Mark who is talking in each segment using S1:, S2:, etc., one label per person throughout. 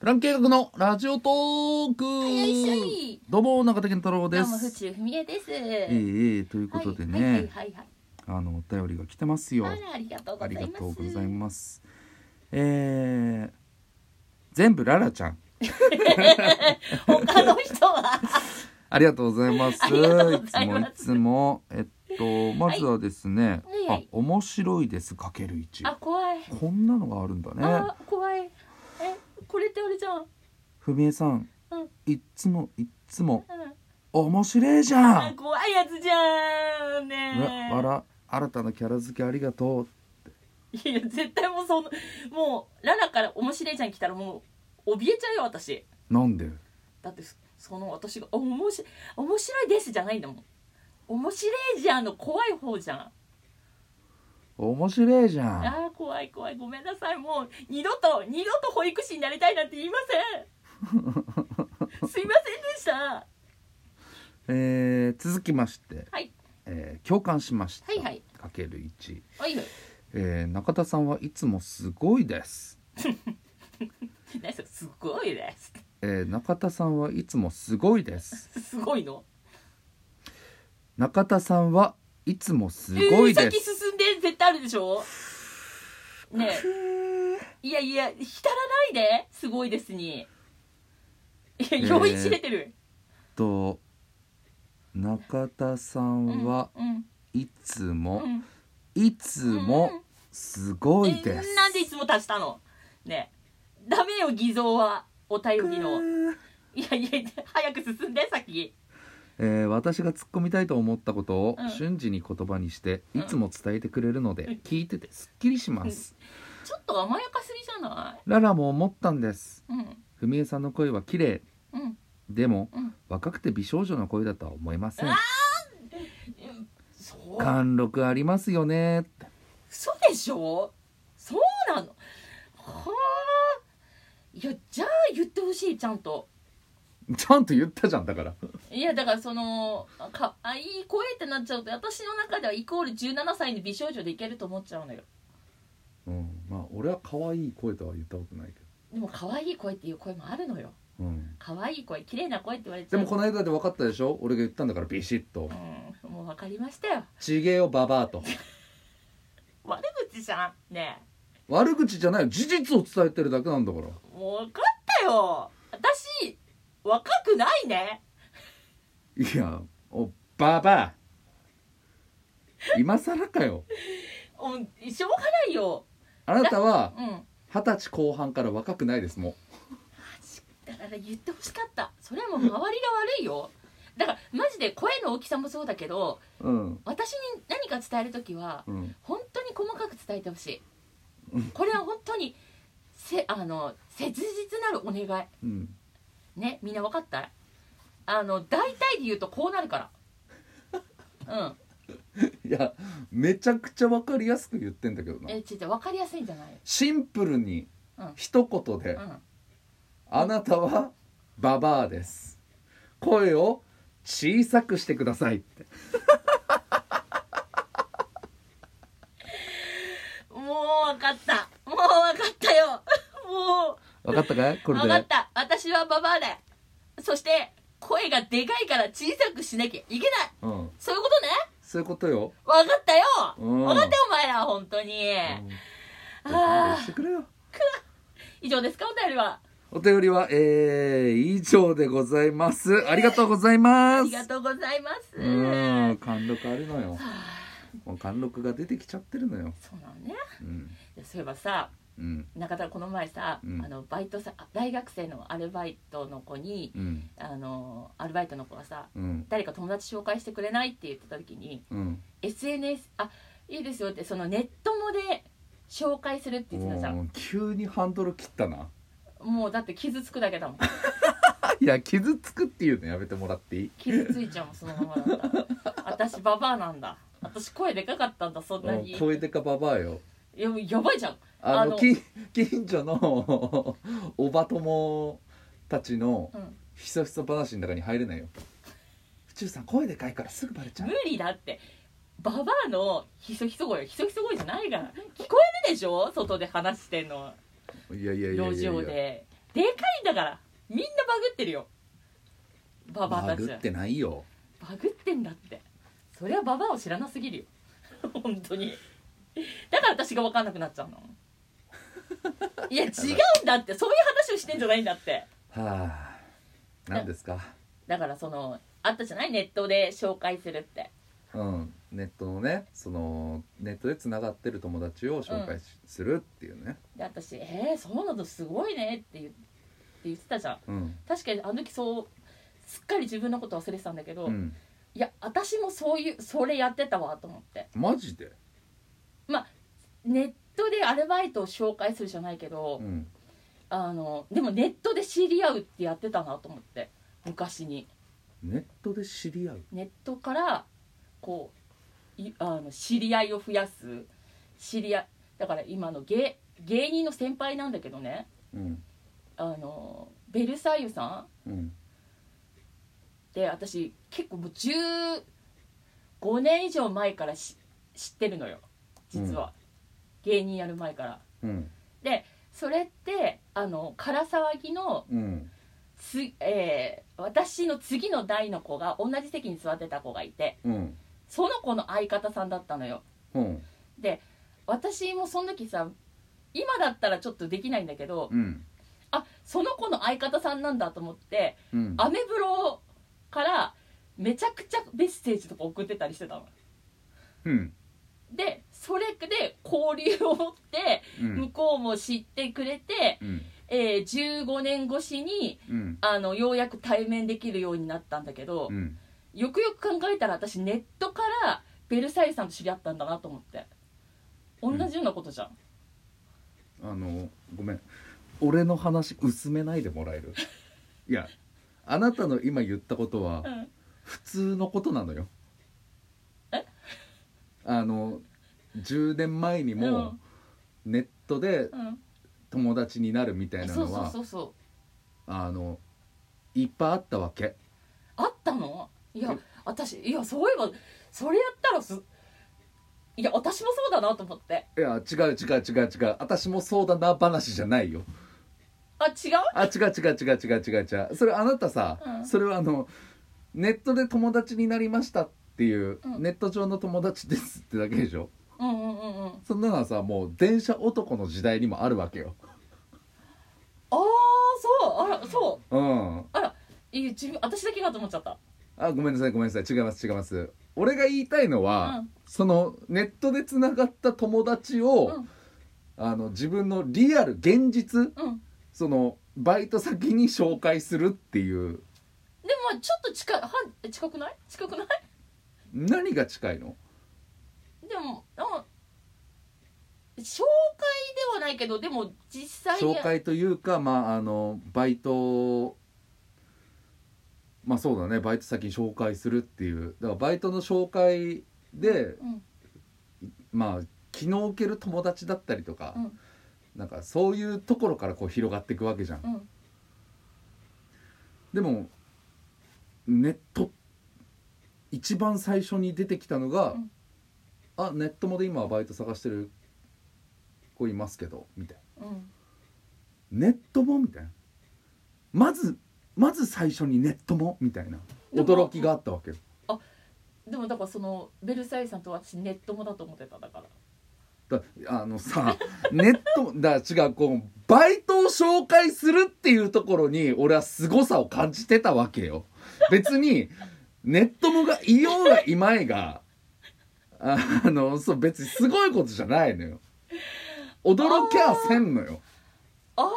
S1: プラン計画のラジオトーク、
S2: よいしょい
S1: どうも中田健太郎
S2: ど
S1: で
S2: うもふ
S1: す
S2: ちふみえです。
S1: ええええということでね、
S2: はいはいはいはい。
S1: あのお便りが来てますよ
S2: あらありがとうご
S1: あ
S2: ざい
S1: り
S2: ます。
S1: がとうございますえー、全部ララちゃん
S2: 他の人は
S1: ありがとうございます
S2: ありがとうございま
S1: つもい
S2: す
S1: つもえっとまずはですね、
S2: はいはい
S1: あ面白いですかける一
S2: あ怖い。
S1: こんなのがあるんだね
S2: あ怖い。えこれってあれじゃん。
S1: ふみえさん、
S2: うん
S1: いっつもいっつも
S2: うん
S1: 面白いじゃ
S2: あ
S1: ん
S2: 怖いやつじゃんね
S1: うわわ
S2: え。
S1: ら新たなキャラ付けありがとう
S2: いや絶対もうそのもうララから面白いじゃん来たらもう怯えちゃうよ私。
S1: なんで
S2: だってそその私があ面白い面白いですじゃないんだもん。面白いじゃんの怖い方じゃん。
S1: 面白いじゃん
S2: ああ怖い怖いごめんなさいもう二度と二度と保育士になりたいなんて言いま せんすいませんでしたは
S1: えー、続きまして、
S2: はい
S1: えー共感しました、
S2: はいはい
S1: かける1、
S2: いはい
S1: えー中田さんはいつもすごいです、
S2: 何それすごいです
S1: えー中田さんはいつもすごいです
S2: すごいの
S1: 中田さんはいつもすごい
S2: えー
S1: で
S2: 先
S1: す、
S2: 進んで絶対あるでしょね えいやいや浸らないですごいですにいや
S1: えー
S2: 酔いしれてる、
S1: と中田さんは
S2: うん
S1: いつ
S2: うん
S1: も
S2: うん
S1: いつもすごいで
S2: え
S1: す
S2: ーなんでいつも足したのねえダメよ偽造はお便りのいやいや早く進んで先
S1: えー私が突っ込みたいと思ったことを
S2: うん
S1: 瞬時に言葉にして
S2: うん
S1: いつも伝えてくれるの
S2: う
S1: で
S2: ん
S1: 聞いててすっきりします
S2: ちょっと甘やかすぎじゃな
S1: ララも思ったんです
S2: いうん
S1: ふみえさんの声は綺麗
S2: うん
S1: でも
S2: うん
S1: 若くて美少女の声だとは思いません
S2: あそう
S1: 貫禄ありますよねって
S2: 嘘でしょそうなのはあいやじゃあ言ってほしいちゃんと
S1: ちゃんと言ったじゃんだから
S2: いやだからそのかあいい声ってなっちゃうと私の中ではイコール17歳で美少女でいけると思っちゃうのよ
S1: うんまあ俺は可愛い声とは言ったことないけ
S2: でも可愛い声っていう声もあるのよ
S1: ど、うん、
S2: 可愛い声綺麗な声って言われち
S1: で
S2: ゃう
S1: もこの間で分かったでしょ俺が言ったんだからビシッと
S2: うんもう分かりましたよ
S1: 「ちげえよババア」と
S2: 悪口じゃんねえ
S1: 悪口じゃないよ事実を伝えてるだけなんだから
S2: もう分かったよ私若くないね
S1: いやおババア今更かよ
S2: うんしょうがないよ
S1: あなたは
S2: うん
S1: 二十歳後半から若くないですも
S2: だから言ってほしかったそれはもう周りが悪いよだからマジで声の大きさもそうだけど
S1: ううん
S2: 私に何か伝える時は
S1: うん
S2: 本当に細かく伝えてほし
S1: うん
S2: いこれは本当にせあの切実なるお願
S1: うん
S2: いねみんな分かったあの大体で言うとこうなるからうん
S1: いやめちゃくちゃ分かりやすく言ってんだけどな
S2: えちょっと分かりやすいんじゃない
S1: シンプルに
S2: うん
S1: 一言で
S2: うん
S1: 「あなたはババアです」「声を小さくしてください」って
S2: もう分かったもう分かったよも
S1: 分かったかいうこれ
S2: 分かっ
S1: で
S2: た私はババアだそして声がでかいから小さくしなきゃいけない
S1: うん
S2: そういうことね
S1: そういうことよ
S2: 分かったよ
S1: うん
S2: 分かったよお前ら本当に
S1: うん
S2: あ
S1: し
S2: ー
S1: てくれよ
S2: 以上ですかお便りは
S1: お便りはえー、以上でございますありがとうござい
S2: あ
S1: ま
S2: り
S1: す
S2: がとうございます
S1: うーん貫禄あるのよもう貫禄が出てきちゃってるのよ
S2: そうなのね
S1: うん
S2: そういえばさ
S1: うん
S2: 中田この前さ、
S1: うん
S2: あのバイトさ大学生のアルバイトの子に
S1: うん
S2: あのアルバイトの子がさ
S1: うん
S2: 誰か友達紹介してくれないって言ってた時に
S1: うん
S2: SNS あいいですよってそのネットもで紹介するって言ってたじゃん
S1: もう急にハンドル切ったな
S2: もうだって傷つくだけだもん
S1: いや傷つくっていうのやめてもらっていい
S2: 傷ついちゃうもんそのままだったら私ババアなんだ私声でかかったんだそんなに
S1: 声でかババアよ
S2: いやもうやばいじゃん
S1: あ
S2: あ
S1: の
S2: の
S1: 近近所の おば友たちの
S2: うん
S1: ひそひそ話の中に入れないよ府中さん声でかいからすぐバレちゃう
S2: 無理だってババアのひそひそ声はひそひそ声じゃないから聞こえるでしょ外で話してんの
S1: いやいやいやいや
S2: 路
S1: いや
S2: 上ででかだからみんなバグってるよババア
S1: バ
S2: たち
S1: グってないよ
S2: バグってんだってそりゃババアを知らなすぎるよ 本当にだから私が分かんなくなっちゃ うのいや違うんだってそういう話をしてんじゃないんだって
S1: はあ何ですか
S2: だからそのあったじゃないネットで紹介するって
S1: うんネットのねそのネットでつながってる友達を紹介しするっていうね
S2: で私「えー、そうなのすごいね」って言って言ってたじゃん
S1: うん
S2: 確かにあの時そうすっかり自分のこと忘れてたんだけど、
S1: うん
S2: いや私もそういうそれやってたわと思って
S1: マジで
S2: ネットでアルバイトを紹介するじゃないけど、
S1: うん
S2: あのでもネットで知り合うってやってたなと思って昔に
S1: ネットで知り合う
S2: ネットからこういあの知り合いを増やす知り合いだから今の芸芸人の先輩なんだけどね
S1: うん
S2: あのベルサイユさん
S1: うん
S2: で私結構もう15年以上前からし知ってるのよ実は、芸人やる前から
S1: うん
S2: それってあの唐沢木の
S1: うん
S2: つ、えー私の次の代の子が同じ席に座ってた子がいて
S1: うん
S2: その子の相方さんだったのよ
S1: うん
S2: 私もその時さ今だったらちょっとできないんだけど
S1: うん
S2: あその子の相方さんなんだと思って
S1: うん
S2: アメブロからめちゃくちゃメッセージとか送ってたりしてたの
S1: うん
S2: でそれで交流を持って
S1: うん
S2: 向こうも知ってくれて、
S1: うん
S2: えー15年越しに
S1: うん
S2: あのようやく対面できるようになったんだけど、
S1: うん
S2: よくよく考えたら私ネットからベルサイユさんと知り合ったんだなと思って同じようなことじゃん、
S1: あのごめん俺の話薄めないでもらえるいやあなたの今言ったことは
S2: うん
S1: 普通のことなのよ
S2: え
S1: あの10年前にもネットで
S2: うん
S1: 友達になるみたいな
S2: そう
S1: の
S2: そう
S1: は
S2: そうそう
S1: あのいっぱいあったわけ
S2: あったのいや
S1: え
S2: 私いやそういえばそれやったらすいや私もそうだなと思って
S1: いや違う違う違う違う私もそうだな話じゃないよ
S2: あ違う
S1: あ違う違う違う違う違う違うそれあなたさ、
S2: うん
S1: それはあのネットで友達になりましたっていう、
S2: うん
S1: ネット上の友達ですってだけでしょ
S2: うんうんうんうん
S1: そんなのはさもう電車男の時代にもあるわけよ
S2: ああそうあらそう
S1: うん
S2: あらいい自分私だけがと思っちゃった
S1: あごめんなさいごめんなさい違います違います俺が言いたいのは、
S2: うん
S1: そのネットでつながった友達を、
S2: うん
S1: あの自分のリアル現実
S2: うん
S1: そのバイト先に紹介するっていう
S2: でもまあちょっと近いは近くない近くない
S1: 何が近いの
S2: でもうん紹介ではないけどでも実際に
S1: 紹介というかまああのバイトまあそうだねバイト先に紹介するっていうだからバイトの紹介で
S2: うん
S1: まあ気の置ける友達だったりとか、
S2: うん
S1: なんかそういうところからこう広がっていくわけじゃん
S2: うん
S1: でもネット一番最初に出てきたのが「
S2: うん
S1: あネットもで今バイト探してる子いますけど」みたい
S2: うん
S1: な「ネットも」みたいなまずまず最初に「ネットも」みたいな
S2: でも
S1: 驚きがあったわけよ
S2: でもだからそのベルサイユさんと私ネットもだと思ってただから
S1: だあのさ ネットだ違うこうバイトを紹介するっていうところに俺は凄さを感じてたわけよ別にネットもがいようがいまいがあのそう別にすごいことじゃないのよ驚きゃせんのよ
S2: ああ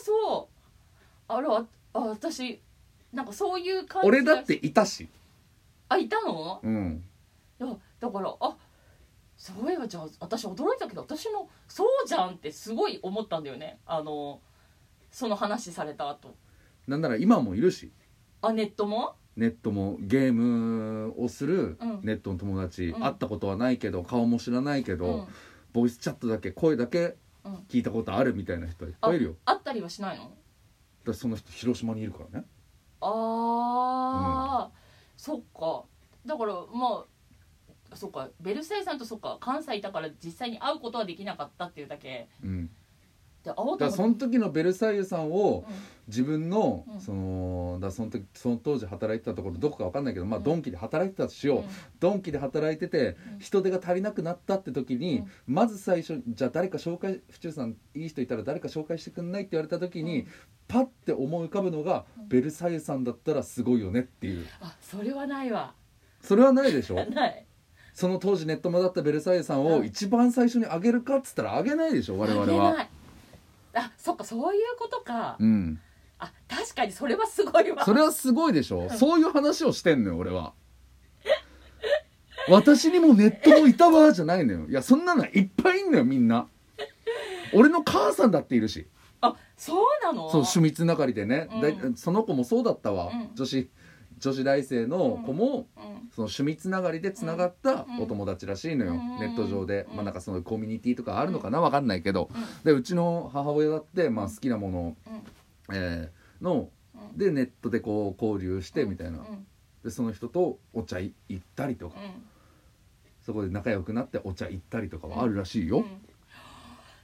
S2: そうあらあ私なんかそういう感じが
S1: 俺だっていたし
S2: あいたの
S1: うん
S2: いやだからあそういえばじゃあ私驚いたけど私もそうじゃんってすごい思ったんだよねあのその話された後
S1: なんなら今もいるし
S2: あネットも
S1: ネットもゲームをする
S2: うん
S1: ネットの友達、
S2: うん
S1: 会ったことはないけど顔も知らないけど、
S2: うん、
S1: ボイスチャットだけ声だけ
S2: うん
S1: 聞いたことあるみたいな人いっぱいいるよ
S2: あったりはしないの
S1: だってその人広島にいるからね
S2: あー、そっかだからまあそっかベルサイユさんとそっか関西だから実際に会うことはできなかったっていうだけ
S1: うん
S2: で青
S1: だから
S2: と
S1: その時のベルサイユさんを自分の、
S2: うん
S1: そのだからその時その当時働いてたところどこかわかんないけどまあ
S2: うん
S1: ドンキで働いてたとしよう、ドンキで働いてて
S2: うん
S1: 人手が足りなくなったって時に、まず最初じゃあ誰か紹介府中さんいい人いたら誰か紹介してくんないって言われた時に、
S2: うん
S1: パッて思い浮かぶのが、
S2: うん
S1: ベルサイユさんだったらすごいよねっていう
S2: あそれはないわ
S1: それはないでしょ
S2: ない
S1: その当時ネットもだったベルサイユさん
S2: う
S1: を
S2: ん
S1: 一番最初にあげるかっつったらあげないでしょ我々
S2: あげな
S1: はい
S2: あそっかそういうことか
S1: うん
S2: あ確かにそれはすごいわ
S1: それはすごいでしょ
S2: ん
S1: そういう話をしてんのよ俺は私にもネットもいたわじゃないのよいやそんなのいっぱいいんのよみんな俺の母さんだっているし
S2: あそうなの
S1: そう趣味つながりでね、
S2: うん
S1: だいその子もそうだったわ、
S2: うん
S1: 女子女子大生の子も、
S2: うん
S1: その趣味つながりでつながったお友達らしいのよ、
S2: うん
S1: ネット上で、
S2: うん
S1: まあなんかそのコミュニティとかあるのかなわかんないけど、
S2: うん
S1: でうちの母親だって、まあ、好きなものを、
S2: うん
S1: えーの
S2: うん
S1: でネットでこう交流してみたいな、
S2: うん
S1: でその人とお茶い行ったりとか、
S2: うん
S1: そこで仲良くなってお茶行ったりとかはあるらしいよ
S2: う、ん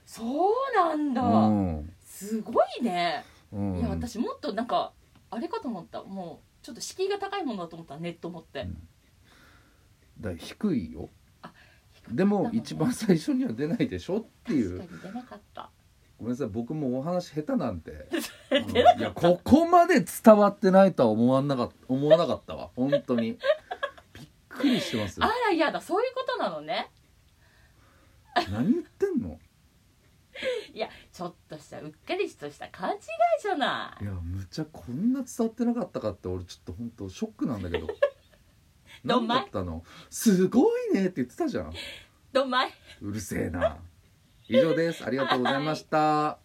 S2: そうなん
S1: う
S2: だ、
S1: ん
S2: すごいね、
S1: うん
S2: いや私もっとなんかあれかと思ったもうちょっと敷居が高いものだと思ったネットもって、
S1: うんだから低いよ
S2: あ
S1: でも一番最初には出ないでしょっていう
S2: 確かに出なかった
S1: ごめんなさい僕もお話下手なんてうんいやここまで伝わってないとは思わなかった思わなかったわ本当にびっくりしてます
S2: あらやだそういうことなのね
S1: 何言ってんの
S2: いやちょっとしたうっかりとした勘違いじゃない
S1: いやむちゃこんな伝わってなかったかって俺ちょっと本当ショックなんだけど
S2: どんまい
S1: 何だったのすごいねって言ってたじゃん
S2: どんまいう
S1: るせえな以上ですありがとうございました